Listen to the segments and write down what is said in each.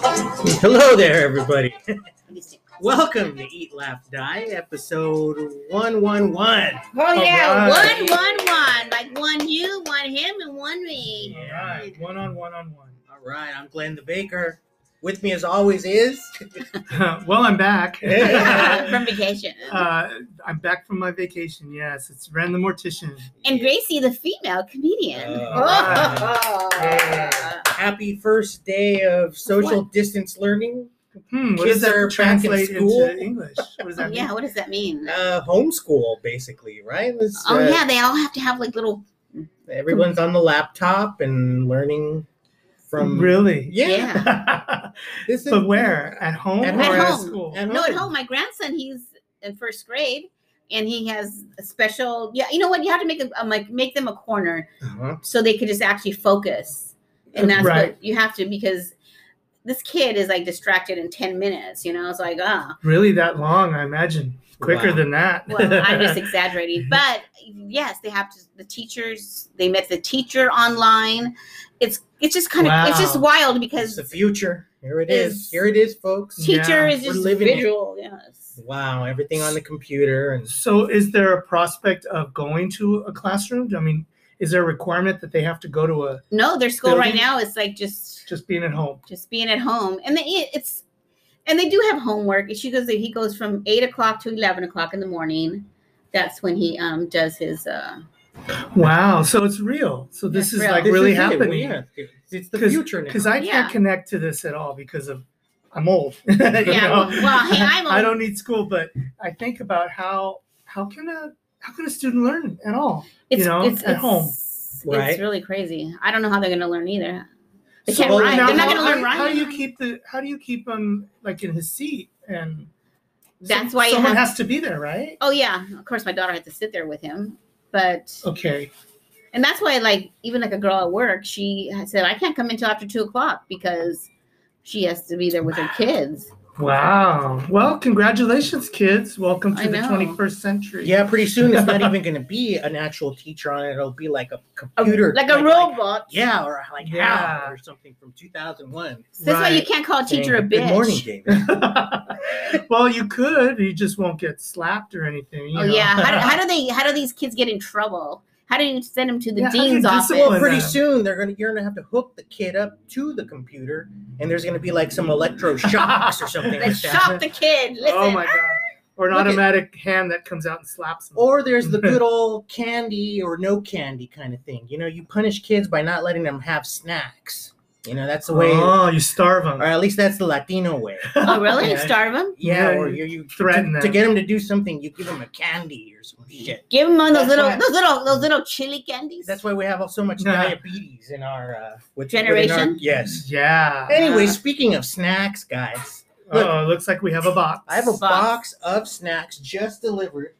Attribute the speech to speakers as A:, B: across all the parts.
A: Hello there, everybody. Welcome to Eat, Laugh, Die, episode 111.
B: Oh yeah,
A: All
B: one,
A: right.
B: one, one. Like one you, one him, and one me.
A: All right, one on one on one. All right, I'm Glenn the Baker. With me, as always, is.
C: well, I'm back.
A: Yeah.
B: From vacation.
C: uh, I'm back from my vacation. Yes, it's Ren the Mortician.
B: and Gracie, the female comedian.
A: Oh, uh, Happy first day of social distance learning.
C: Hmm, what
A: Kids
C: does
A: are
C: that
A: back in
C: translate
A: school?
C: into English? What does that mean?
B: Oh, yeah, what does that mean?
A: Uh, homeschool, basically, right? It's,
B: oh
A: uh,
B: yeah, they all have to have like little.
A: Everyone's on the laptop and learning from.
C: Really?
A: Yeah.
B: Yeah.
A: This is
C: but where? At home
A: At
C: or
B: home.
C: at
B: At home.
C: school?
A: At
B: No, at home, my grandson, he's in first grade, and he has a special. Yeah, you know what? You have to make a um, like make them a corner
A: Uh-huh.
B: so they could just actually focus. And that's
C: Right.
B: what you have to because this kid is like distracted in 10 minutes, you know? It's like, oh,
C: Really that long, I imagine. Quicker
A: Wow.
C: than that.
B: well, I'm just exaggerating. But yes, they have to, the teachers, they met the teacher online. It's, it's just kind of, it's just
C: Wow.
B: wild
A: It's
B: because
A: the future. Here it is.
B: Is-
A: Here it is, folks.
B: teacher
C: Yeah,
B: is
A: we're
B: just
A: living it.
B: visual. Yes.
A: Wow, everything on the computer and
C: so, is there a prospect of going to a classroom? I mean, is there a requirement that they have to go to a
B: No, their school right
C: Building.
B: now is like just
C: just being at home?
B: just being at home and they it- it's and they do have homework she goes he goes from eight o'clock to 11 o'clock in the morning that's when he um does his uh
C: Wow. So it's real. So this
B: That's
C: is
B: real.
C: like
A: This
C: really
A: is it.
C: happening.
A: Yeah, it's- it's the
C: Cause,
A: future now.
C: Because I
B: Yeah.
C: can't connect to this at all because of I'm old. You
B: yeah
C: know?
B: well, well, hey i'm
C: I
B: old.
C: don't need school, but I think about how how can a how can a student learn at all?
B: it's,
C: know,
B: it's,
C: at home.
B: it's,
A: Right.
B: it's really crazy i don't know how they're gonna learn either they
A: So
B: can't
A: well,
B: rhyme
A: now
B: they're not
C: how-
B: gonna learn
C: how,
B: rhyme
C: how do you keep the how do you keep him like in his seat and
B: That's
C: some-
B: why you
C: someone
B: have-
C: has to be there, right?
B: oh yeah of course my daughter had to sit there with him but
C: Okay.
B: and that's why like even like a girl at work she had said i can't come until after two o'clock because she has to be there with her kids
C: Wow. Well, congratulations, kids. Welcome
B: I
C: to the
B: know.
C: 21st century.
A: yeah, pretty soon it's not even going to be an actual teacher on it. It'll be like a computer,
B: like a
A: like-
B: robot
A: yeah, or like Hal
C: Yeah.
A: or something from 2001.
B: So That's why you
C: Right.
B: can't call a teacher a
A: Saying,
B: bitch.
A: Good morning, David.
C: well, you could. You just won't get slapped or anything. you
B: Oh
C: know?
B: yeah. How do, how do they? How do these kids get in trouble? How do you send them to the
C: Yeah, how do you
B: dean's office?
C: discipline
A: well, pretty
C: Yeah.
A: soon they're going to you're going to have to hook the kid up to the computer, and there's going to be like some electroshocks or something
B: They
A: like that.
B: shock the kid. Listen.
C: Oh my god. Or an
A: Look at-
C: automatic hand that comes out and slaps them.
A: Or there's the good old candy or no candy kind of thing. You know, you punish kids by not letting them have snacks. You know, that's the way,
C: Oh, you starve them.
A: or at least that's the Latino way.
B: oh really?
C: Yeah.
B: Starve them?
A: Yeah,
C: Yeah,
A: or you,
C: you
A: you
C: threaten
A: to, to
C: them.
A: get them to do something, you give them a candy or some shit.
B: Give them on
A: That's
B: those little,
A: why-
B: those little, those little chili candies.
A: That's why we have so much
C: Nah.
A: diabetes in our uh, with, within our-
B: Generation?
A: yes.
C: Yeah.
A: Anyway,
B: Uh.
A: speaking of snacks, guys, Look.
C: Oh, it looks like we have a box.
A: I have a
B: Box.
A: box of snacks just delivered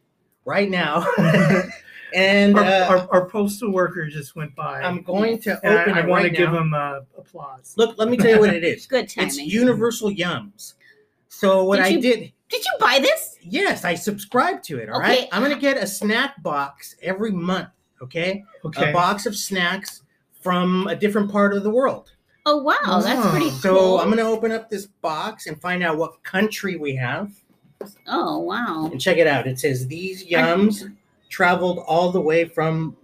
A: right now, and
C: our,
A: uh,
C: our, our postal worker just went by.
A: I'm going to
C: and
A: open
C: I, I
A: it
C: want
A: right
C: to give
A: now.
C: him uh, applause.
A: Look, let me tell you what it is.
B: Good timing.
A: It's Universal Yums. So what
B: Did
A: I
B: you-
A: did,
B: Did you buy this?
A: yes, I subscribed to it. All
B: Okay.
A: right? I'm gonna get a snack box every month. Okay,
C: Okay.
A: a box of snacks from a different part of the world.
B: Oh wow, that's
C: Wow.
B: pretty cool.
A: So I'm gonna open up this box and find out what country we have.
B: oh wow.
A: And check it out. It says these yums traveled all the way from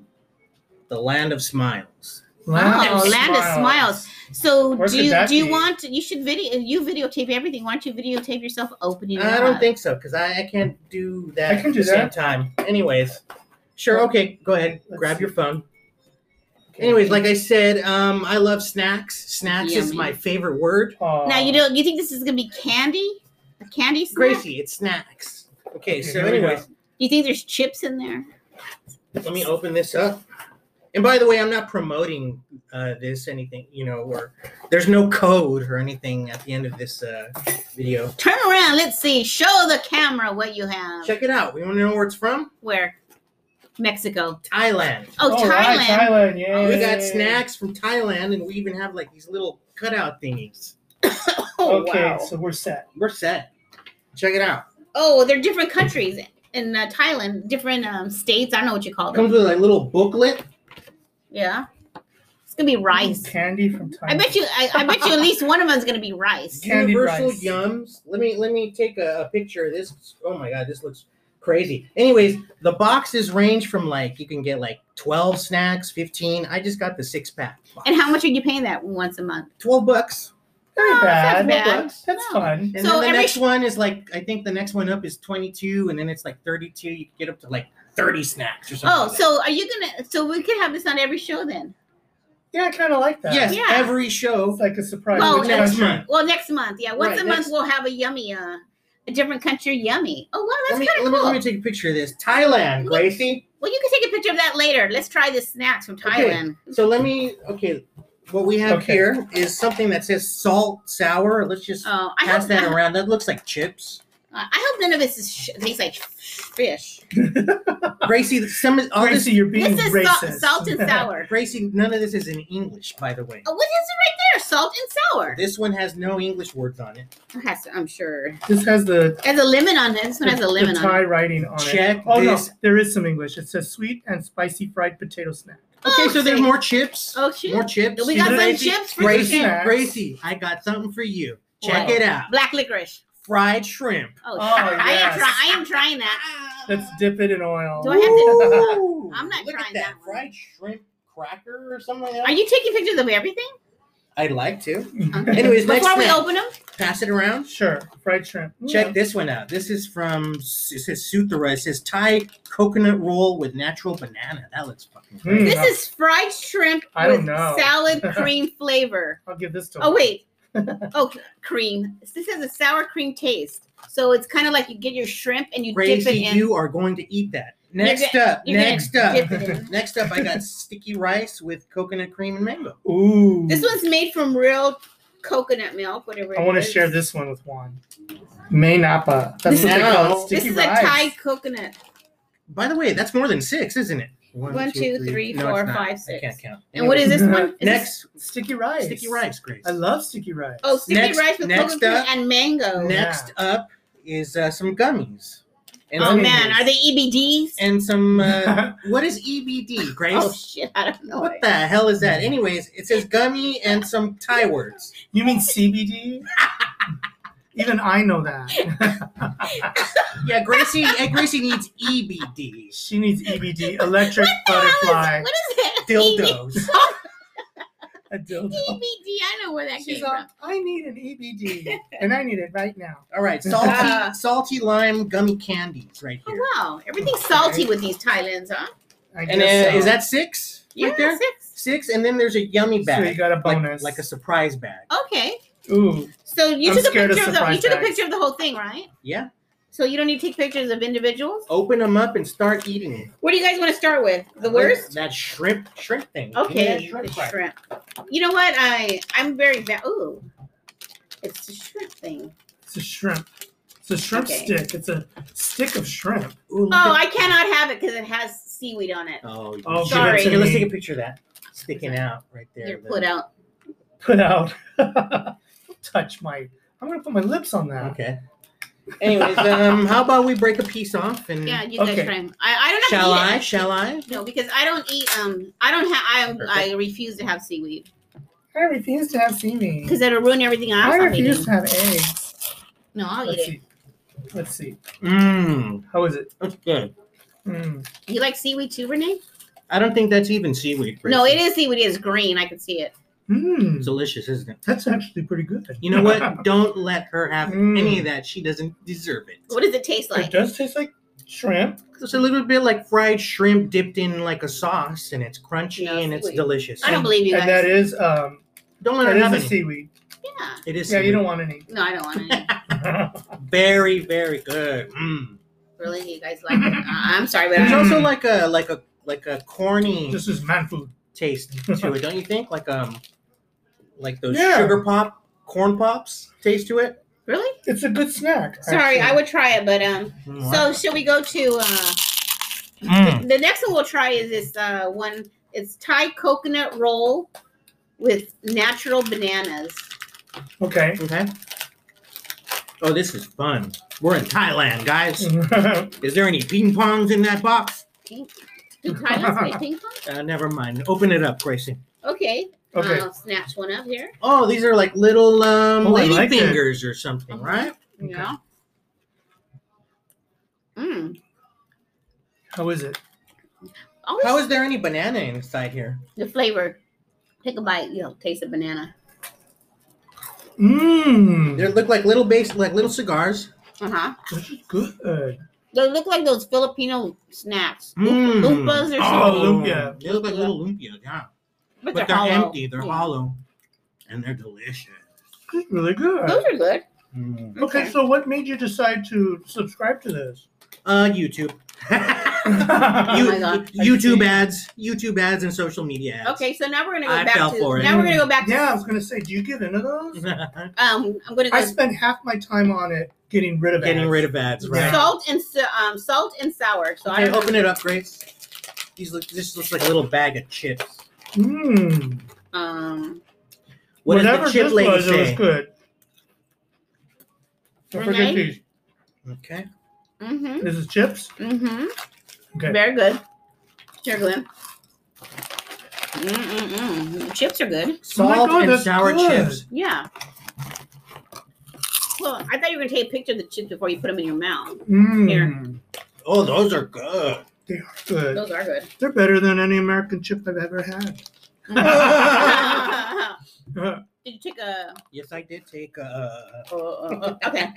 A: the land of smiles.
C: Land
B: Oh,
C: of
B: land of smiles. So
C: Where
B: do
C: could
B: you
C: that
B: do you
C: be?
B: want? You should video. You videotape everything. Why don't you videotape yourself opening? it
A: I don't
B: up?
A: think so because I, I can't do that
C: I can
A: at
C: do
A: the same
C: that.
A: time. Anyways, sure. Okay, go ahead.
C: Let's
A: grab
C: see.
A: your phone.
C: Okay.
A: Anyways, like I said, um, I love snacks. Snacks is
B: Yummy.
A: my favorite word.
C: Oh.
B: Now you don't. You think this is gonna be candy? A candy snack?
A: Gracie, it's snacks. Okay,
C: Okay,
A: so
C: here we go.
A: anyways,
B: You think there's chips in there?
A: let me open this up. And by the way, I'm not promoting uh, this anything, you know, or there's no code or anything at the end of this uh, video.
B: Turn around. Let's see. Show the camera what you have.
A: Check it out. We want to know where it's from?
B: Where? Mexico.
A: Thailand.
B: Oh,
C: All right,
B: Thailand.
C: Thailand, yeah.
A: We got snacks from Thailand, and we even have like these little cutout thingies.
B: Oh,
C: okay,
B: wow.
C: so we're set.
A: We're set. Check it out.
B: Oh, they're different countries in uh, Thailand, different um, states. I don't know what you call
A: Comes
B: them.
A: with a little booklet.
B: Yeah. gonna be rice.
C: Candy from Thailand.
B: I bet you. I, I bet you at least one of them's gonna be rice.
C: Candy
A: Universal
C: rice.
A: Yums. Let me let me take a, a picture of this. Oh my god, this looks crazy. Anyways, the boxes range from like you can get like 12 snacks, 15. I just got the six pack. box.
B: And how much are you paying that once a month?
A: 12 bucks.
C: That ain't
B: No, that's
C: bad.
B: not bad.
C: That's, that's
B: No.
C: fun.
A: And
B: So
A: then the
B: every-
A: next one is like I think the next one up is 22 and then it's like 32. You can get up to like 30 snacks or something.
B: Oh,
A: like that.
B: so are you gonna? So we could have this on every show then.
C: Yeah, I kind of like that.
A: Yes,
B: Yeah.
A: every show.
C: It's like a surprise.
B: Well,
C: Which
A: next
C: country?
A: month.
B: Well, next month, yeah, once
A: Right,
B: a
A: next-
B: month we'll have a yummy, uh, a different country yummy. Oh wow,
A: Let me,
B: that's kind
A: let,
B: of
A: me,
B: cool.
A: let me take a picture of this. Thailand,
B: Look.
A: Gracie.
B: well, you can take a picture of that later. Let's try the snacks from
A: Okay.
B: Thailand.
A: So let me okay. What we have
C: Okay.
A: here is something that says salt sour. Let's just
B: Oh, I
A: pass
B: hope
A: that
B: I,
A: around. That looks like chips.
B: I hope none of this is sh- tastes like fish.
A: Gracie, some all
C: Gracie, you're being
B: this is
C: racist.
B: salt, salt and sour.
A: this Gracie, none of this is in English, by the way.
B: Oh, what is it right there? Salt and sour.
A: This one has no English words on it.
B: It has to- I'm sure.
C: this has the,
B: It has a lemon on it. This one has a
C: the,
B: lemon on
C: Thai
B: it.
C: writing on
A: Check
C: it. Oh
A: this.
C: no, there is some English. It says sweet and spicy fried potato snack.
A: Okay, so there's
B: Okay.
A: more chips.
B: Oh shoot.
A: More chips.
B: We got some
A: Gracie,
B: chips for
A: Gracie,
B: the
C: Snacks.
A: Gracie, I got something for you. Check
B: Wow.
A: it out.
B: black licorice.
A: Fried shrimp.
B: Oh,
C: Oh,
B: I am
C: yes.
B: try- I am trying that.
C: Let's dip it in oil.
B: Do I have to-
A: Ooh,
B: I'm not
A: look at
B: trying that one.
A: Fried shrimp cracker or something like that.
B: Are you taking pictures of everything?
A: I'd like to.
B: Okay.
A: Anyways, next
B: Before we
A: snack.
B: open them,
A: Pass it around.
C: Sure, fried shrimp. Mm,
A: Check this one out. This is from it says Suthera. It says Thai coconut roll with natural banana. That looks fucking great.
C: Mm.
B: this is fried shrimp
C: I
B: with
C: don't know.
B: salad cream flavor.
C: I'll give this to.
B: Oh wait, oh cream. This has a sour cream taste, so it's kind of like you get your shrimp and you
A: Gracie,
B: dip it in.
A: you are going to eat that.
B: You're
A: Next up,
B: you're gonna
A: next up,
B: dip it in.
A: next up. I got sticky rice with coconut cream and mango.
C: Ooh.
B: This one's made from real coconut milk, whatever.
C: I
B: it
C: want to
B: is.
C: share this one with Juan. May Napa. That's what they
A: Now-
C: call it.
B: This
C: Sticky
B: is
C: rice.
B: a Thai coconut,
A: By the way, that's more than six, isn't it? One,
B: One, two, three,
A: No,
B: four,
A: it's not.
B: five,
A: I
B: six.
A: can't count.
B: and what is
A: Anyways,
B: this one? Is this-
A: next?
C: Sticky rice.
A: Sticky rice, Grace.
C: I love sticky rice.
B: oh, sticky
A: Next-
B: rice with
A: next
B: coconut cream
A: up-
B: and mango.
C: Ne-
A: Next up is uh, some gummies. And
B: oh
A: some-
B: man, are they EBDs?
A: And some uh, what is EBD, Grace?
B: oh shit, I don't know.
A: What the hell is that? Anyways, it says gummy and some Thai words.
C: you mean CBD? Even I know that.
A: Yeah, Gracie. eh, Gracie needs EBD.
C: she needs EBD, electric
B: What the hell is-
C: butterfly,
B: What is E it?
A: Dildos.
C: a dildo.
B: EBD. E I know where that
C: She's
B: came
C: all,
B: from.
C: I need an EBD, and I need it right now.
A: All right, salty,
B: Ah.
A: salty lime gummy candies right here.
B: Oh wow, everything's salty with these Thailands, huh?
C: I
A: And
C: guess
A: uh,
C: so.
A: is that six?
B: Yeah,
A: Right there.
B: six.
A: Six, and then there's a yummy
C: so? You
A: bag,
C: got a
A: like-
C: bonus,
A: like, a surprise bag.
B: Okay,
C: ooh,
B: so you
C: I'm
B: took a
C: scared of
B: picture of, the you
C: surprise
B: took a
C: bags.
B: picture of the whole thing, right?
A: Yeah,
B: So you don't need to take pictures of individuals.
A: open them up and start eating it.
B: What do you guys want to start with? The worst.
A: That shrimp, shrimp thing. Give me that
B: Okay,
A: shrimp
B: the
A: cracker.
B: shrimp. You know what? I I'm very bad. Ooh, it's the shrimp thing.
C: it's a shrimp. It's a shrimp
B: Okay.
C: stick. It's a stick of shrimp.
A: Ooh, look
B: Oh,
A: at-
B: I cannot have it because it has seaweed on it.
A: oh,
C: Oh,
A: shit.
B: sorry.
A: Here, let's take a picture of that sticking out right there.
B: You're
A: The-
B: put out.
C: Put out. Touch my. I'm gonna put my lips on that.
A: Okay. Anyways, um, how about we break a piece off and
B: Yeah, you
C: Hmm. Okay.
B: guys try. 'em. I I don't have to
A: shall
B: eat it.
A: I? Shall I?
B: No, because I don't eat. Um, I don't have.
A: Perfect.
B: I I refuse to have seaweed
C: I refuse to have seaweed.
B: because it'll ruin everything else.
C: I
B: I'm
C: refuse
B: eating.
C: to have eggs.
B: No, I'll
C: Let's
B: eat it.
C: see. Let's see.
A: Mmm,
C: How is it?
A: that's good.
C: Mm.
B: You like seaweed too, Renee?
A: I don't think that's even seaweed.
B: No, it is seaweed. It is green. I can see it.
C: Mm.
A: It's delicious, isn't it?
C: That's actually pretty good.
A: You know what? don't let her have
C: Mm.
A: any of that. She doesn't deserve it.
B: What does it taste
C: it
B: like?
C: does taste like shrimp.
A: It's a little bit like fried shrimp dipped in like a sauce, and it's crunchy
B: No,
A: and it's
B: seaweed.
A: delicious.
B: I don't believe you
C: And
B: guys.
C: that is um
A: Don't let
C: that
A: her have
C: is a
A: any.
C: seaweed.
B: yeah.
A: It is
C: Yeah, you
A: seaweed.
C: don't want any.
B: No, I don't want it.
A: very, very good. Mm.
B: Really, you guys like it? Uh, I'm sorry, but
A: There's
B: I,
C: Mm.
A: also like a like a like a corny
C: this is man food.
A: taste to it, don't you think? Like um, like those
C: Yeah.
A: sugar pop, corn pops taste to it.
B: really.
C: It's a good snack.
B: Sorry, I
C: actually.
B: would try it, but um. So should we go to uh
A: Mm.
B: the next one we'll try is this uh one? It's Thai coconut roll with natural bananas.
C: Okay.
A: okay. Oh, this is fun. We're in Thailand, guys.
C: Mm.
A: Is there any ping pongs in that box?
B: Do Thailand's play ping pong?
A: Uh, never mind. Open it up, Gracie.
B: Okay.
C: Okay.
B: I'll snatch one up here.
A: Oh, these are like little um,
C: Oh, I
A: lady
C: like that.
A: fingers or something, right?
C: Okay.
B: Yeah. Mm.
C: How is it?
B: Always
A: How is there any banana inside here?
B: the flavor? Take a bite. You'll taste a banana.
A: They
C: Mmm.
A: look like little base, like little cigars.
B: Uh huh.
C: This is good.
B: They look like those Filipino snacks.
A: Mm.
B: Loompas or something.
C: Oh, lumpia.
A: They look like
B: Lumpia.
A: little lumpia, yeah.
B: but,
A: But they're
B: hollow.
A: empty. They're
B: Yeah.
A: hollow, and they're delicious.
C: This is really good.
B: Those are good.
A: Mm.
C: Okay,
B: Okay.
C: so what made you decide to subscribe to this?
A: Uh, YouTube.
B: You-
C: you,
B: Oh my God.
A: YouTube ads, YouTube ads, and social media ads.
B: Okay, so now we're gonna go
A: I
B: back
A: fell
B: to
A: for it.
B: now we're gonna go back to
C: yeah, I was gonna say, do you get into those?
B: um I'm gonna go
C: I spent half my time on it getting rid of
A: Getting
C: ads.
A: rid of ads, right?
B: salt and sa- um salt and sour. So I
A: okay,
B: don't
A: open it up, Grace. These look. This looks like a little bag of chips.
C: Mmm.
B: um
A: What does
C: Whatever
A: the chip
C: this
A: lady
C: was, it was
A: say?
C: good. Don't forget
B: Renee?
C: these.
A: Okay.
C: Oh
B: mm-hmm
C: This is chips.
B: mm-hmm
C: Okay.
B: very good. Here, Glenn. Mm-mm-mm. Chips are good.
A: Salt
C: God,
A: and
C: that's
A: sour
C: good.
A: chips.
B: Yeah. Well, I thought you were gonna take a picture of the chips before you put them in your mouth.
C: Mmm.
B: Here.
A: Oh, those are good.
C: They are good.
B: Those are good.
C: They're better than any American chip I've ever had.
B: Did you take a?
A: Yes, I did take a.
B: Uh, uh, uh, okay.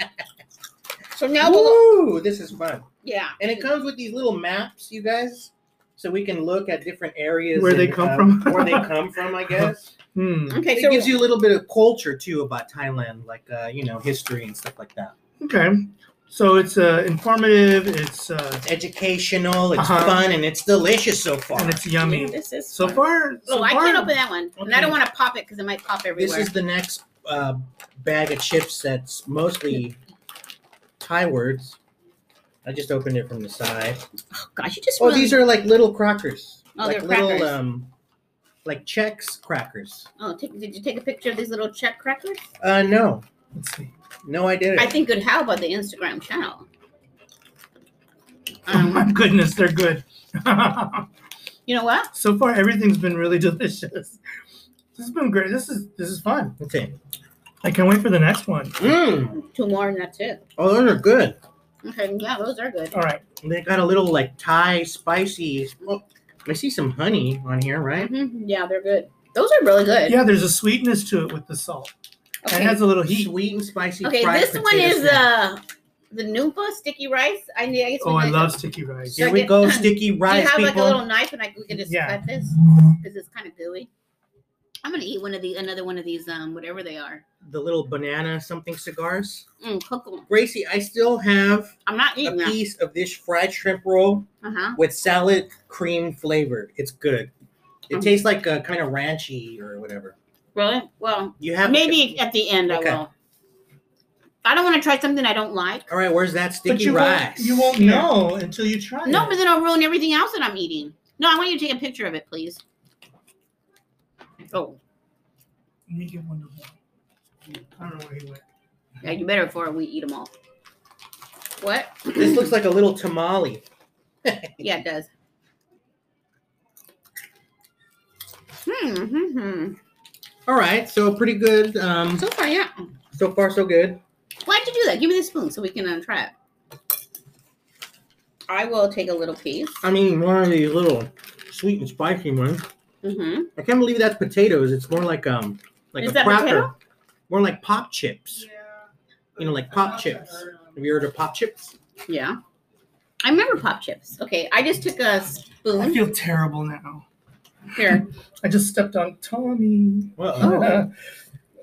B: So now we'll.
A: Woo! This is fun,
B: Yeah.
A: and it comes with these little maps, you guys, so we can look at different areas
C: Where they
A: and,
C: come
A: uh,
C: from.
A: where they come from, I guess.
C: Hmm.
B: Okay.
A: it
B: So
A: gives you a little bit of culture too about Thailand, like uh, you know history and stuff like that.
C: Okay. So it's uh, informative. It's uh,
A: It's educational, it's
C: Uh-huh.
A: fun, and it's delicious so far.
C: and it's yummy.
B: This is.
C: So
B: fun.
C: far,
B: Oh,
C: so
B: I
C: far,
B: can't open that one, and I
A: Okay.
B: don't want to pop it because it might pop
A: This
B: everywhere.
A: is the next uh, bag of chips that's mostly Thai words. I just opened it from the side.
B: oh, gosh, you just.
A: Oh,
B: really-
A: these are like little crackers,
B: Oh,
A: like
B: they're
A: little
B: crackers.
A: um, like Chex crackers.
B: Oh, take, did you take a picture of these little check crackers?
A: Uh, no,
C: Let's see.
A: no, I didn't.
B: I think good. How about the Instagram channel?
C: Oh my
B: Um,
C: goodness, they're good.
B: you know what?
C: so far, everything's been really delicious. This has been great. This is this is fun.
A: okay.
C: I can't wait for the next one.
A: Mm.
C: Hmm.
B: Two more, and that's it.
A: Oh, those are good.
B: Okay, yeah, those are good.
C: All right.
A: They got a little like Thai spicy. Oh, I see some honey on here, right?
B: Mhm, Yeah, they're good. Those are really good.
C: Yeah, there's a sweetness to it with the salt. And
B: Okay.
C: it has a little heat.
A: Sweet and spicy.
B: Okay,
A: fried
B: this one
A: potato
B: is
A: snack.
B: uh the Noompa sticky rice. I need. I guess we
C: Oh, I
B: might-
C: love sticky rice.
A: Here we
B: Second-
A: go, sticky
B: Do you
A: rice,
B: have like a
A: people.
B: little knife, and I, we can just
C: Yeah.
B: cut this because it's kind of gooey. I'm gonna eat one of the another one of these um whatever they are.
A: the little banana something cigars.
B: Mm, cook 'em.
A: Gracie, I still have
B: I'm not
A: a
B: eating that.
A: piece of this fried shrimp roll
B: Uh huh.
A: with salad cream flavor. It's good. It
B: Mm.
A: tastes like a kind of ranchy or whatever.
B: Really? Well,
A: You have
B: maybe at the end
A: Okay.
B: I will. I don't want to try something I don't like.
A: All right, where's that sticky
C: But you
A: rice?
C: won't, you won't
B: Yeah.
C: know until you try
B: No,
C: it.
B: but then I'll ruin everything else that I'm eating. No, I want you to take a picture of it, please. Oh,
C: Let me get one of them. I don't know where he went.
B: yeah, you better before we eat them all. What?
A: This looks like a little tamale.
B: Yeah, it does. Hmm, hmm, hmm.
A: All right, so pretty good. Um,
B: So far, yeah.
A: so far, so good.
B: Why'd you do that? Give me the spoon so we can uh, try it. I will take a little piece.
A: I'm eating one of these little sweet and spicy ones.
B: Mm-hmm.
A: I can't believe that's potatoes. It's more like um, like
B: Is
A: a
B: that
A: cracker,
B: potato?
A: more like pop chips. You know, like pop chips. Have you heard of pop chips?
B: Yeah. I remember pop chips. Okay, I just took a
C: I
B: spoon
C: feel terrible now.
B: here.
C: I just stepped on Tommy.
A: Well,
B: Oh.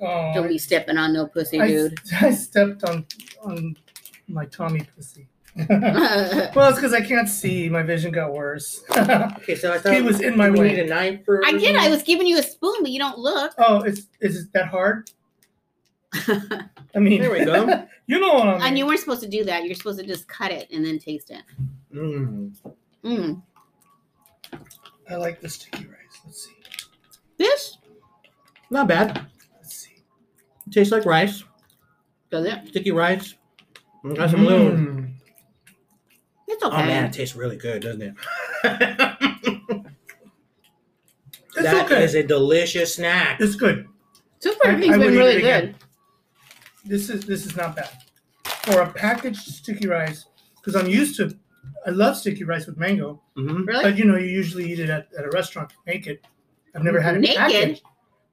C: Aw,
B: Don't be stepping on no pussy,
C: I,
B: dude.
C: I stepped on on my Tommy pussy. well,
B: I
C: it's because I can't see. My vision got worse.
A: okay, so I thought
C: he was in my
A: we need
C: way.
A: a knife for.
B: did. I was giving you a spoon, but you don't look.
C: Oh, is is it that hard? I mean,
A: There we go.
C: you know what I mean.
B: and you weren't supposed to do that. You're supposed to just cut it and then taste it.
A: Mm.
B: Mm.
C: I like the sticky rice. Let's see.
B: This
A: Not bad.
C: Let's see.
A: tastes like rice,
B: does it.
A: sticky rice. It Got some little.
C: Mm.
B: It's
A: Oh
B: okay.
A: man, it tastes really good, doesn't it?
C: It's It's
A: That
C: okay.
A: is a delicious snack.
C: It's good.
B: Super
C: I-
B: everything's
C: I would
B: been
C: eat
B: really
C: it again.
B: good.
C: This is this is not bad for a packaged sticky rice because I'm used to. I love sticky rice with mango,
A: Mhm.
B: Really?
C: but you know you usually eat it at, at a restaurant. Make it. I've never had it
B: Naked?
C: packaged.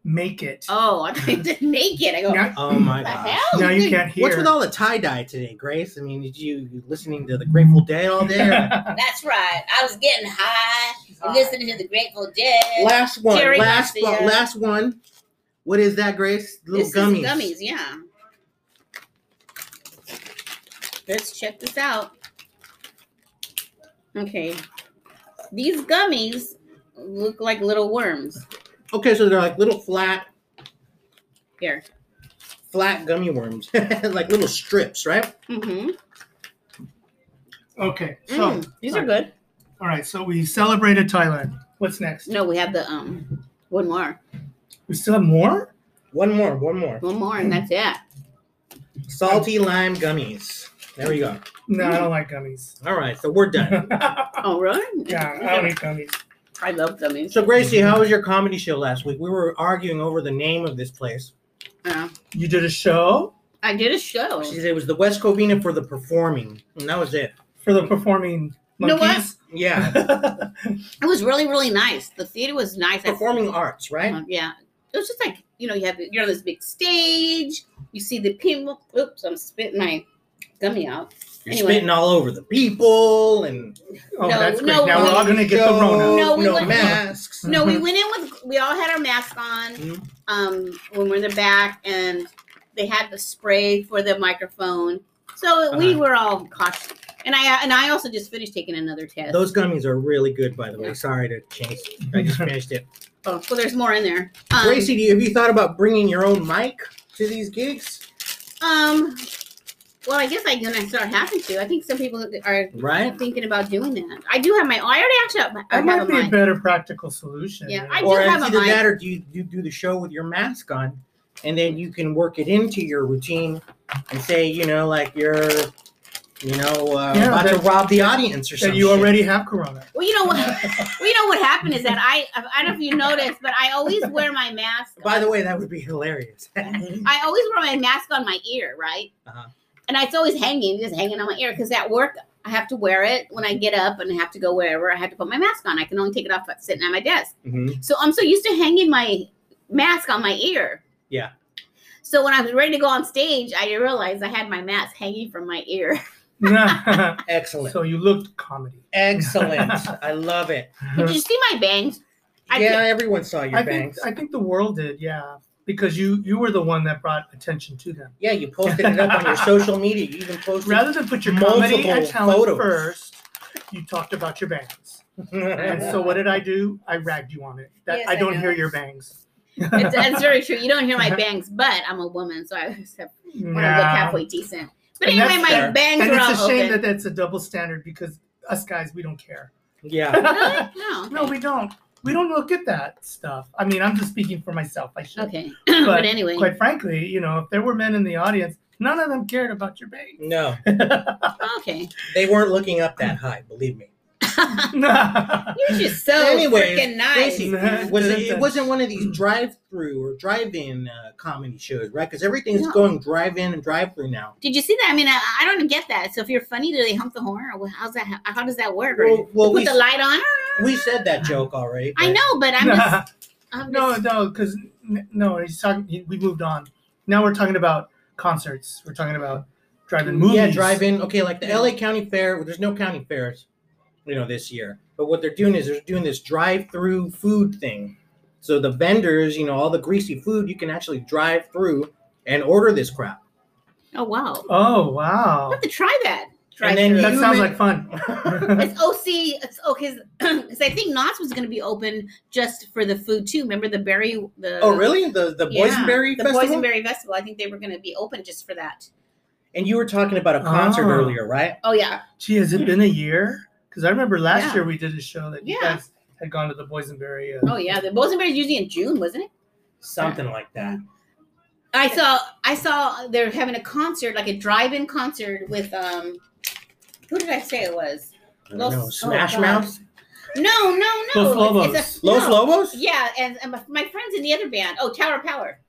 C: Make it.
B: oh, I thought you said naked. I go,
C: Now,
A: Oh my
B: the
A: gosh.
B: hell?
C: now you
B: Dude,
C: can't hear.
A: What's with all the tie dye today, Grace? I mean, did you you listening to the Grateful Dead all day?
D: That's right. I was getting high
C: Ah.
D: and listening to the Grateful Dead.
A: last one,
B: Jerry
A: last
B: Garcia.
A: one, last one. What is that, Grace? Little
B: this is
A: gummies.
B: gummies, yeah. Let's check this out. Okay. These gummies look like little worms.
A: Okay, so they're like little flat,
B: Here.
A: flat gummy worms, like little strips, right?
B: Mm-hmm. Mm.
C: okay,
A: Oh,
C: so
B: these are good.
C: all right, so we celebrated Thailand. What's next?
B: No, we have the um one more.
C: We still have more.
A: One more, one more.
B: One more and that's it.
A: Salty lime gummies. There we go.
C: No,
B: Mm.
C: I don't like gummies.
A: All right, so we're done.
C: yeah,
B: Oh really?
C: I don't eat gummies.
B: I love gummies.
A: So Gracie, how was your comedy show last week? We were arguing over the name of this place.
B: Uh,
C: You did a show
B: I did a show.
A: She said it was the West Covina for the performing, and that was it.
C: for the performing
B: You know what?
C: monkeys. Oh,
A: Yeah,
B: It was really, really nice. The theater was nice. I-
A: performing arts, right?
B: Uh, Yeah. It was just like, you know, you have you're on this big stage, you see the people. Oops, I'm spitting my gummy out.
A: You're
B: Anyway.
A: spitting all over the people and
C: oh,
B: No,
C: that's great.
B: no,
C: now we're all gonna get the Rona.
B: No, we
A: no
B: went-
A: masks.
B: No, we went in with we all had our masks on
A: Mhm.
B: um when we're in the back and they had the spray for the microphone. So we
A: Uh-huh.
B: were all cautious. And I and I also just finished taking another test.
A: Those gummies are really good, by the way. Sorry to change. I just finished it.
B: oh, well, there's more in there. Um,
A: Gracie, do you, have you thought about bringing your own mic to these gigs?
B: um well, I guess I'm gonna start having to. I think some people are
A: Right?
B: thinking about doing that. I do have my. I already actually have, my- I
C: That might
B: have a
C: be a
B: mic.
C: better practical solution.
B: Yeah,
C: you
B: I
C: know.
A: or
B: do have
A: it's
B: a
A: either
B: mic.
A: that, or do you, you do the show with your mask on, and then you can work it into your routine and say, you know, like you're, you know, uh,
C: Yeah,
A: about to
C: that-
A: rob the audience or
C: that
A: something.
C: you already have corona.
B: Well, you know what? well, you know what happened is that I. I don't know if you noticed, but I always wear my mask.
A: By the way, that would be hilarious.
B: I always wear my mask on my ear, right?
A: Uh-huh.
B: And it's always hanging, just hanging on my ear, because at work I have to wear it when I get up and I have to go wherever. I have to put my mask on. I can only take it off at- sitting at my desk.
A: Mhm.
B: So I'm so used to hanging my mask on my ear.
A: Yeah.
B: So when I was ready to go on stage, I realized I had my mask hanging from my ear.
A: Excellent.
C: so you looked comedy.
A: Excellent. I love it.
B: Did you see my bangs? I
A: yeah, everyone saw your
C: I think
A: bangs.
C: I think the world did, yeah, because you you were the one that brought attention to them.
A: yeah, you posted it up on your social media. You even posted
C: Rather than put your
A: Multiple
C: comedy and talent
A: photos.
C: first, you talked about your bangs. And so what did I do? I ragged you on it. That
D: Yes,
C: I
D: I
C: don't hear
D: know.
C: your bangs.
B: It's, that's very true. You don't hear my bangs, but I'm a woman, so I always have want to look
C: Yeah.
B: halfway decent. But
C: And that's
B: anyway, my
A: fair.
B: bangs
C: And
B: were
C: it's
B: all
C: a shame
B: open.
C: that that's a double standard because us guys we don't care.
A: yeah.
B: really? No.
C: No, we don't. We don't look at that stuff. I mean, I'm just speaking for myself. I should.
B: Okay. but,
C: But
B: anyway,
C: Quite frankly, you know, if there were men in the audience, none of them cared about your bangs.
A: No,
B: okay.
A: they weren't looking up that high, believe me.
B: You're just so
A: Anyways,
B: freaking nice.
A: Gracie,
C: man.
A: was it, it wasn't one of these drive-through or drive-in uh, comedy shows, right? Because everything's
B: No.
A: going drive-in and drive-through now.
B: Did you see that? I mean, I, I don't get that. So if you're funny, do they hump the horn, or how's that? How does that work? Or
A: Well, well,
B: put
A: we-
B: the light on?
A: We said that joke already.
B: I
A: but-
B: know, but I'm just. I'm
C: no,
B: just
C: no, because no, he's talking. He, we moved on. Now we're talking about concerts. We're talking about driving movies.
A: Yeah, drive-in. Okay, like the LA County Fair. There's no county fairs, you know, this year. But what they're doing is they're doing this drive-through food thing. So the vendors, you know, all the greasy food, you can actually drive through and order this crap.
B: oh wow!
C: Oh wow,
B: I have to try that.
A: And then
B: drive-through.
C: that
A: you
C: sounds
A: may-
C: like fun.
B: it's OC. It's okay. Because I think Knott's was going to be open just for the food too. Remember the berry? The
A: Oh, really? The the
B: Uh, Yeah,
A: boysenberry
B: The
A: festival.
B: Boysenberry Festival. I think they were going to be open just for that.
A: And you were talking about a concert
C: Oh.
A: earlier, right?
B: Oh yeah,
C: Gee, has it been a year? Because I remember last
B: Yeah.
C: year we did a show that you
B: Yeah.
C: guys had gone to the Boysenberry. Uh,
B: oh yeah. The Boysenberry is usually in June, wasn't it?
A: Something like that.
B: I saw. I saw they're having a concert, like a drive-in concert with um. Who did I say it was?
A: I don't know.
B: Los- oh,
A: Smash
B: God.
A: Mouth.
B: No, no, no.
C: Los Lobos.
B: It's a-
A: Los
B: no.
A: Lobos?
B: Yeah, and, and my- my friends in the other band. Oh, Tower of Power.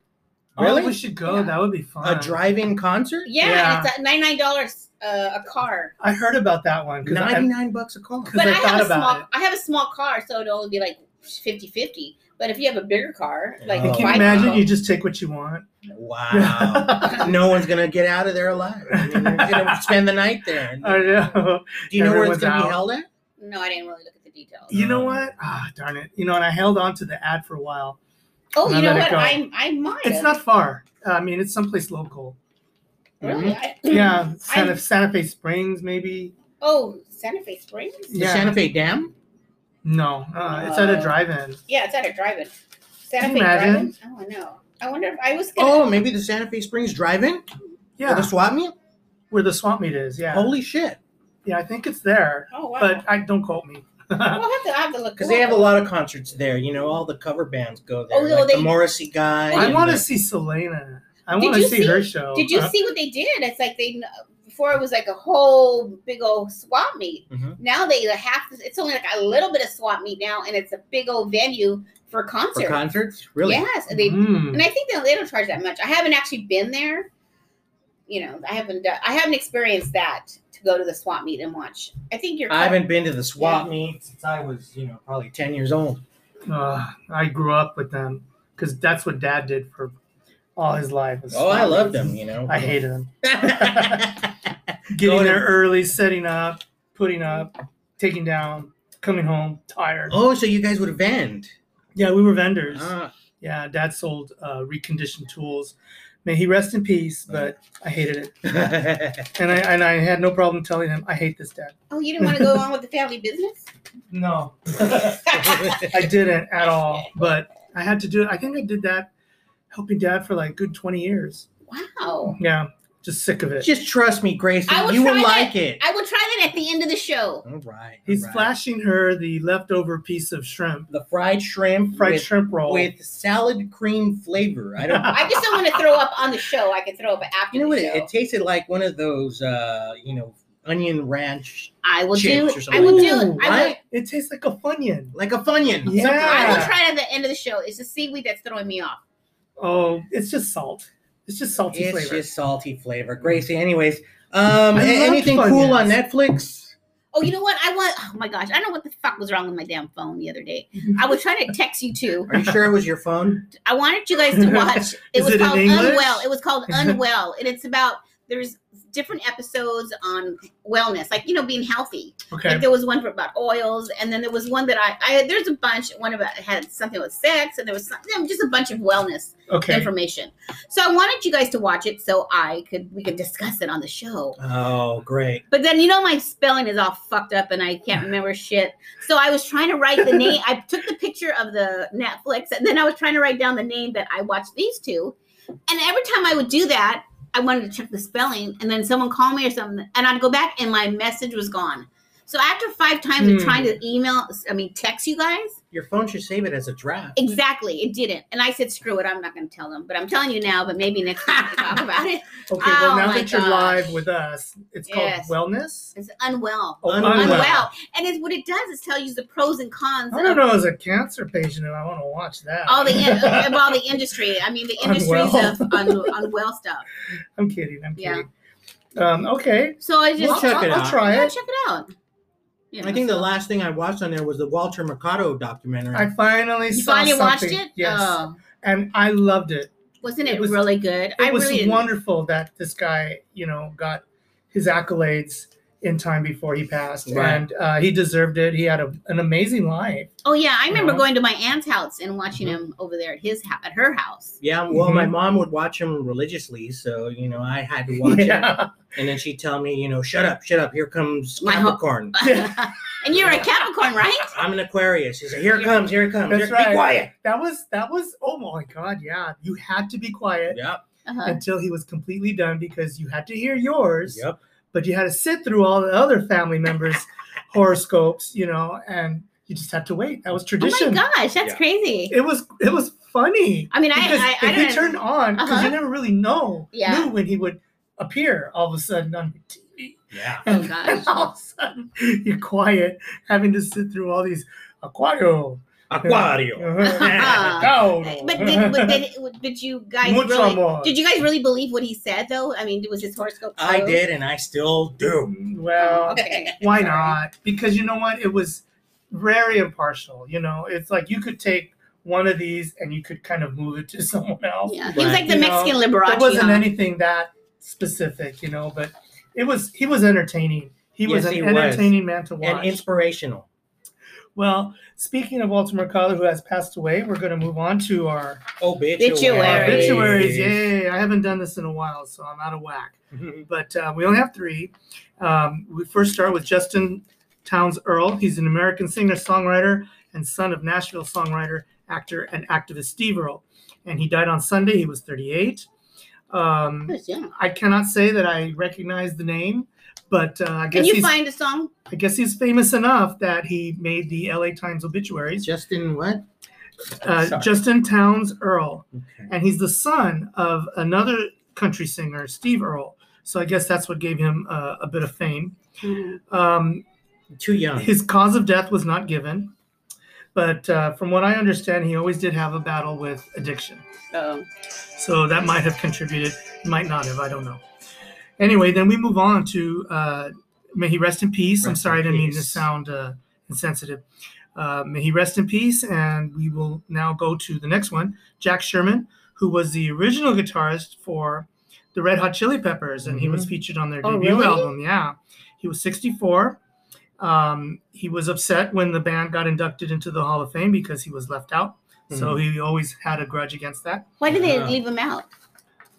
A: Really?
C: Oh, we should go.
B: Yeah.
C: That would be fun.
A: A drive-in concert?
B: Yeah,
C: Yeah.
B: and it's at ninety nine dollars uh, a car.
C: I heard about that one because I,
A: Ninety-nine bucks a car.
C: 'Cause
B: But
C: I
B: I,
C: thought
B: have a
C: about
B: small.
C: it.
B: I have a small car, so it'll only be like 50-50. But if you have a bigger car, like
A: Oh.
C: can you
B: five
C: imagine
B: people-
C: you just take what you want.
A: Wow. no one's gonna get out of there alive. I mean, they're gonna spend the night there.
C: I know.
A: Do you know where
C: Uh, Everyone's
A: it's gonna
C: out.
A: be held at?
B: No, I didn't really look at the details.
C: You
A: Um,
C: know what? Ah, darn it. You know, and I held on to the ad for a while.
B: Oh,
C: No,
B: you
C: let
B: know
C: it
B: what?
C: go.
B: I I might.
C: It's
B: have.
C: not far. I mean, it's someplace local.
B: really. I-
C: Yeah, Santa,
B: I-
C: Santa Fe Springs, maybe.
B: Oh, Santa Fe Springs.
A: The
C: Yeah.
A: Santa Fe Dam?
C: No, uh, it's at a
B: Uh,
C: drive-in.
B: Yeah, it's at a drive-in. Santa
C: Can
B: Fe
C: you imagine?
B: drive-in. Oh, I know. I wonder if I was gonna.
A: Oh, maybe the Santa Fe Springs Drive-In?
C: Yeah,
A: Or the swap meet?
C: where the swamp meet is. Yeah,
A: Holy shit.
C: yeah, I think it's there.
B: Oh, wow.
C: But I don't quote me.
B: I'll have to, I'll have to look.
A: Because
B: it
A: they
B: up.
A: have a lot of concerts there. You know, all the cover bands go there.
B: Oh, no,
A: like
B: they-
A: the Morrissey guy.
C: I
A: and
C: want to
A: the-
C: see Selena. I
B: Did
C: want to
B: you
C: see,
B: see-
C: her show. Uh,
B: Did you
A: uh,
B: see what they did? It's like they before it was like a whole big old swap meet.
A: Mhm.
B: Now they half. It's only like a little bit of swap meet now, and it's a big old venue for
A: for
B: concert.
A: concerts? Really? Mm-hmm.
B: Yes, and they
C: Mm.
B: and I think they, they don't charge that much. I haven't actually been there. You know, I haven't done, I haven't experienced that to go to the swap meet and watch. I think you're.
A: I haven't been to the swap meet since I was, you know, probably 10 years old.
C: Ugh, Uh, I grew up with them because that's what Dad did for all his life. was
A: Oh, I
C: swamp
A: loved
C: meets.
A: them, you know.
C: I hated them.
A: Going
C: Getting
A: to-
C: there early, setting up, putting up, taking down, coming home tired.
A: oh, so you guys would vend.
C: Yeah, we were vendors.
A: Ah,
C: Yeah, Dad sold uh, reconditioned tools. May he rest in peace.
A: Ah.
C: But I hated it, and I and I had no problem telling him I hate this, Dad.
B: Oh, you didn't want to go on with the family business?
C: No,
A: Ah.
C: I didn't at all. But I had to do it. I think I did that helping Dad for like good twenty years.
B: Wow.
C: Yeah, just sick of it.
A: Just trust me, Grayson.
B: I will
A: You would
B: try that.
A: like it.
B: I will try that at the end of the show.
A: All right.
C: He's
A: all right.
C: flashing her the leftover piece of shrimp,
A: The fried shrimp
C: fried
A: with,
C: shrimp roll.
A: with salad cream flavor. I don't
B: I just don't want to throw up on the show. I can throw up after
A: You know
B: the
A: what?
B: show.
A: It, it tasted like one of those, uh, you know, onion ranch,
B: I will do
A: chips or
B: it. I
A: something
B: will
A: like
B: do
C: that.
B: it. I will,
A: Right?
C: it tastes like a funyun.
A: like a funyun.
C: Yeah.
B: I will try it at the end of the show. It's the seaweed that's throwing me off.
C: Oh, it's just salt. It's just salty
A: It's
C: flavor.
A: just salty flavor. Gracie, anyways, um,
C: I
A: a-
C: love
A: anything
C: Funyuns.
A: cool on Netflix?
B: Oh, you know what? I want. Oh my gosh, I don't know what the fuck was wrong with my damn phone the other day. I was trying to text you too.
A: Are you sure it was your phone?
B: I wanted you guys to watch. It
C: Is
B: was
C: it in
B: called
C: English?
B: Unwell. It was called Unwell, and it's about there's different episodes on wellness, like you know, being healthy.
C: okay.
B: Like there was one for about oils, and then there was one that I, I there's a bunch. One about had something with sex, and there was something just a bunch of wellness
C: Okay.
B: information. So I wanted you guys to watch it so I could we could discuss it on the show.
A: Oh, great.
B: But then you know my spelling is all fucked up and I can't remember shit. So I was trying to write the name. I took the picture of the Netflix and then I was trying to write down the name that I watched these two. And every time I would do that, I wanted to check the spelling and then someone called me or something and I'd go back and my message was gone. So after five times of
C: Hmm.
B: trying to email, I mean text you guys,
A: Your phone should save it as a draft.
B: Exactly, it didn't. And I said, screw it, I'm not going to tell them. But I'm telling you now, but maybe next time we'll talk about it.
C: Okay. Well,
B: Oh
C: now
B: my
C: that you're
B: gosh.
C: live with us, it's called
B: Yes.
C: wellness.
B: It's unwell.
C: Oh,
A: Unwell.
B: Unwell.
C: unwell.
B: And it's what it does is tell you the pros and cons
C: I don't
B: of
C: know. As a cancer patient, and I want to watch that.
B: all the in, of all the industry. I mean, the industries
C: Unwell.
B: of un, unwell stuff.
C: I'm kidding. I'm
B: Yeah.
C: kidding. Um, okay.
B: So I just
A: We'll check it
C: I'll
A: out.
C: try
B: Yeah,
C: it.
B: check it out.
A: I
B: You know,
A: think the
B: so-
A: last thing I watched on there was the Walter Mercado documentary.
C: I finally
B: you
C: saw
B: finally watched
C: something.
B: it.
C: Yes.
B: Oh,
C: And I loved it.
B: wasn't it,
C: It was-
B: really good?
C: it
B: I
C: was
B: really didn't-
C: wonderful that this guy, you know, got his accolades in time before he passed,
A: Right.
C: and uh, he deserved it. He had a, an amazing life.
B: Oh yeah, I remember
C: Mhm.
B: going to my aunt's house and watching
C: Uh-huh.
B: him over there at his hou- at her house.
A: yeah, well,
C: Mhm.
A: my mom would watch him religiously, so you know I had to watch it,
C: yeah,
A: and then she'd tell me, you know, shut up, shut up, here comes
B: My ho-
A: Capricorn.
C: Yeah.
B: and you're a Capricorn, right?
A: I'm an Aquarius. She said, here it comes, here it comes.
C: that's
A: here,
C: right.
A: Be quiet.
C: That was that was. Oh my God, yeah. You had to be quiet
A: Yep.
B: Uh-huh.
C: until he was completely done because you had to hear yours,
A: Yep.
C: but you had to sit through all the other family members' horoscopes, you know, and you just had to wait. That was
B: Oh
C: tradition.
B: my gosh, that's
A: Yeah.
B: crazy.
C: It was it was funny.
B: I mean, I,
C: because
B: I, I
C: if he
B: don't.
C: turned on because you
B: Uh-huh.
C: never really know
B: Yeah.
C: knew when he would appear all of a sudden on your be.
A: Yeah.
B: Oh,
C: And
B: gosh.
C: all of a sudden, you're quiet, having to sit through all these aquario. Uh-huh.
A: Aquario.
B: Uh-huh. But did, but did, did you guys
C: Mucho
B: really?
C: amor.
B: Did you guys really believe what he said though? I mean, was his horoscope?
A: I
B: true?
A: did, and I still do.
C: Well,
B: Okay.
C: why
B: Sorry.
C: not? Because you know what? It was very impartial. You know, it's like you could take one of these and you could kind of move it to someone else.
B: Yeah. He was
A: Right.
B: like the
C: You know,
B: Mexican
C: It
B: Liberace.
C: wasn't
B: huh?
C: anything that specific, you know, but it was he was entertaining. He was
A: Yes,
C: an
A: he was.
C: entertaining man to watch.
A: And inspirational.
C: well, speaking of Walter Mercado, who has passed away, we're going to move on to our
A: Obituaries.
B: Obituaries.
C: oh, obituaries. Yay! I haven't done this in a while, so I'm out of whack. but uh, we only have three. Um, we first start with Justin Towns Earl. He's an American singer, songwriter, and son of Nashville songwriter, actor, and activist Steve Earl. And he died on Sunday. He was 38.
B: He
C: Um,
B: was young.
C: I cannot say that I recognize the name, but uh, I
B: Can
C: guess
B: you
C: he's
B: find a song?
C: I guess he's famous enough that he made the L.A. Times obituaries.
A: Justin, what?
C: Uh,
A: Sorry.
C: Justin Towns Earl
A: Okay.
C: and he's the son of another country singer, Steve Earle. So I guess that's what gave him uh, a bit of fame. Um,
A: Too young.
C: his cause of death was not given, but uh, from what I understand, he always did have a battle with addiction.
B: Oh.
C: So that might have contributed, might not have, I don't know. Anyway, then we move on to uh, may he rest in peace. I'm
A: Rest
C: sorry, I
A: in
C: didn't mean to
A: peace.
C: sound uh, insensitive. Uh, may he rest in peace. And we will now go to the next one Jack Sherman, who was the original guitarist for the Red Hot Chili Peppers, and he
A: Mm-hmm.
C: was featured on their
B: Oh,
C: debut
B: really?
C: album. Yeah. He was 64. Um, he was upset when the band got inducted into the Hall of Fame because he was left out. So
A: Mm-hmm.
C: he always had a grudge against that.
B: Why did they
A: Yeah.
B: leave him out?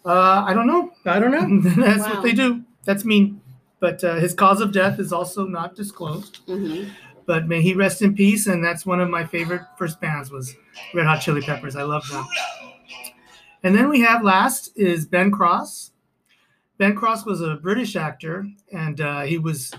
C: Uh, I don't know.
A: I don't know.
C: That's
B: Wow.
C: what they do. That's mean. But uh, his cause of death is also not disclosed.
B: Mhm.
C: But may he rest in peace. And that's one of my favorite first bands was Red Hot Chili Peppers. I love them. And then we have last is Ben Cross. Ben Cross was a British actor, and uh, he was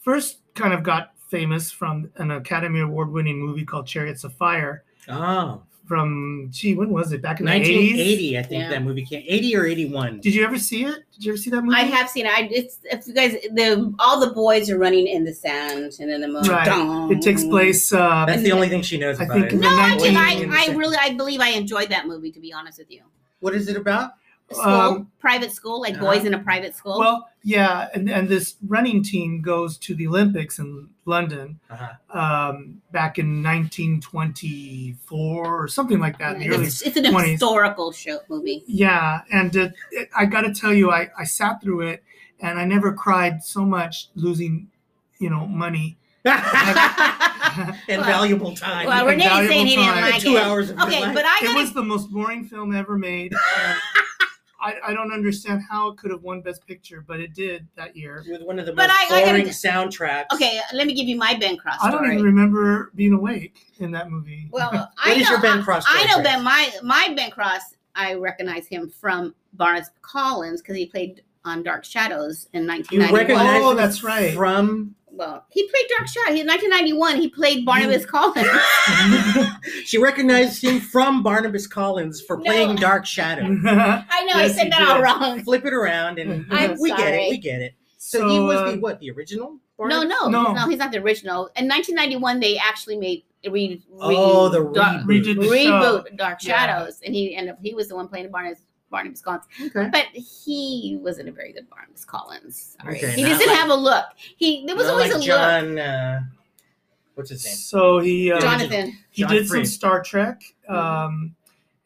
C: first kind of got famous from an Academy Award winning movie called Chariots of Fire.
A: Oh,
C: From gee, when was it? Back in the 80s.
A: 1980, I think
B: Yeah.
A: that movie came. 80 or 81.
C: Did you ever see it? Did you ever see that movie?
B: I have seen it. I, it's if you guys the all the boys are running in the sand and then the moon.
C: Right.
B: Dong.
C: It takes place. Uh,
A: That's the only thing she knows
C: I
A: about
C: think
A: it.
C: in
B: No,
C: the
B: I, did.
C: 19
B: I, I really I believe I enjoyed that movie to be honest with you.
A: What is it about?
B: School,
C: Um,
B: private school, like
A: uh-huh.
B: boys in a private school.
C: Well, yeah, and, and this running team goes to the Olympics in London
A: Uh-huh.
C: um, back in 1924 or something like that. in the early-
B: it's, it's an
C: 20s.
B: historical show movie.
C: yeah, and it, it, I got to tell you, I, I sat through it and I never cried so much losing, you know, money.
A: and valuable time.
B: well,
C: Renee's
B: Renee's
C: valuable
B: saying he didn't
C: time.
B: like
A: Two
B: it.
A: hours of
B: Okay,
A: your life.
B: but I
C: it
B: gotta
C: was the most boring film ever made. and I, I don't understand how it could have won Best Picture, but it did that year.
A: with one of the
B: But
A: most
B: I- I gotta-
A: boring soundtracks.
B: Okay, let me give you my Ben Cross
C: I
B: story.
C: don't even remember being awake in that movie.
B: Well, I
A: What is
B: know, uh,
A: your Ben Cross?
B: I
A: story,
B: know
A: Grace?
B: Ben. My my Ben Cross. I recognize him from Barnes Collins because he played on Dark Shadows in
A: You
B: 1991.
A: recognize?
C: Oh,
A: him
C: that's right.
A: From
B: well, he played Dark Shadows in 1991. He played Barnabas Collins.
A: she recognized him from Barnabas Collins for
B: No.
A: playing Dark Shadow.
B: I know
C: Yes,
B: I said
C: he
B: that all
C: did.
B: wrong.
A: Flip it around, and
B: I'm
A: we get
B: sorry.
A: it. We get it. So, he was
C: uh,
A: the what? The original?
B: No,
A: Barnabas?
B: no,
C: No.
B: no, he's not the original. In 1991, they actually made re, re
A: Oh, the
B: Dark-
A: reboot.
C: redid the show.
B: reboot Dark
C: Yeah.
B: Shadows, and he ended up he was the one playing Barnabas Barnabas Collins.
A: Okay.
B: But he wasn't a very good Barnabas Collins. Sorry.
A: Okay,
B: he
A: not
B: doesn't
A: like-
B: have a look. He there was
A: Not
B: always
A: like
B: a
A: John. Uh, what's his name?
C: uh, So he
B: look.
C: uh,
A: John-
B: Jonathan.
C: he
A: John Mm-hmm.
C: did some
A: Fried.
C: Star Trek um,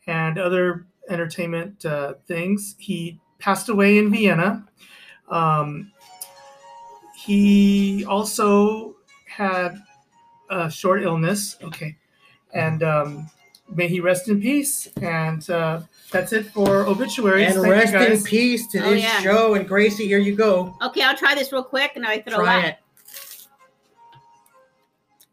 C: and other entertainment uh, things. He passed away in Vienna. Um, he also had a short illness. Okay, and um, may he rest in peace. And uh, that's it for
A: And
C: obituaries. Thank you
A: rest in
C: guys.
A: peace to
B: Oh,
A: this
B: yeah.
A: show. And Gracie, here you go.
B: Okay, I'll try this real quick and I throw
A: Try
B: up.
A: it.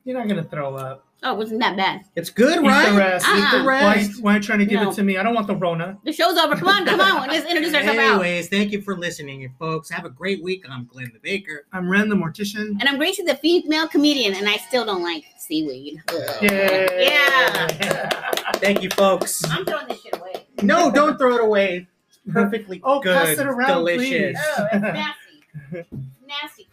C: You're not gonna throw up.
B: Oh, it wasn't that bad.
A: It's good,
C: Eat the
A: right?
C: rest.
B: Uh-uh.
C: Eat the rest. Why, are you- why are you trying to give
B: No.
C: it to me? I don't want the Rona.
B: The show's over. Come on, come on. Let's introduce ourselves out.
A: Anyways, thank you for listening, and folks. Have a great week. I'm Glenn the Baker.
C: I'm Ren the Mortician.
B: And I'm Gracie the female comedian, and I still don't like seaweed. Ugh.
C: Yay.
B: Yeah.
A: Thank you, folks.
B: I'm throwing this shit away.
A: No, don't throw it away. Perfectly
C: oh,
A: good,
C: pass it around,
A: delicious.
C: please.
B: Oh, it's nasty.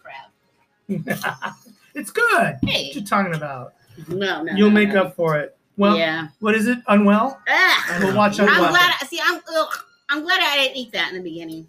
C: it's good. What
B: Hey,
C: you talking about?
B: no, no.
C: You'll
B: no,
C: make
B: no.
C: up for it. Well,
B: yeah.
C: what is it? Unwell?
B: Ugh.
C: We'll watch
A: I'm
B: I'm
C: Unwell.
B: glad. I See, I'm. Ugh, I'm glad I didn't eat that in the beginning.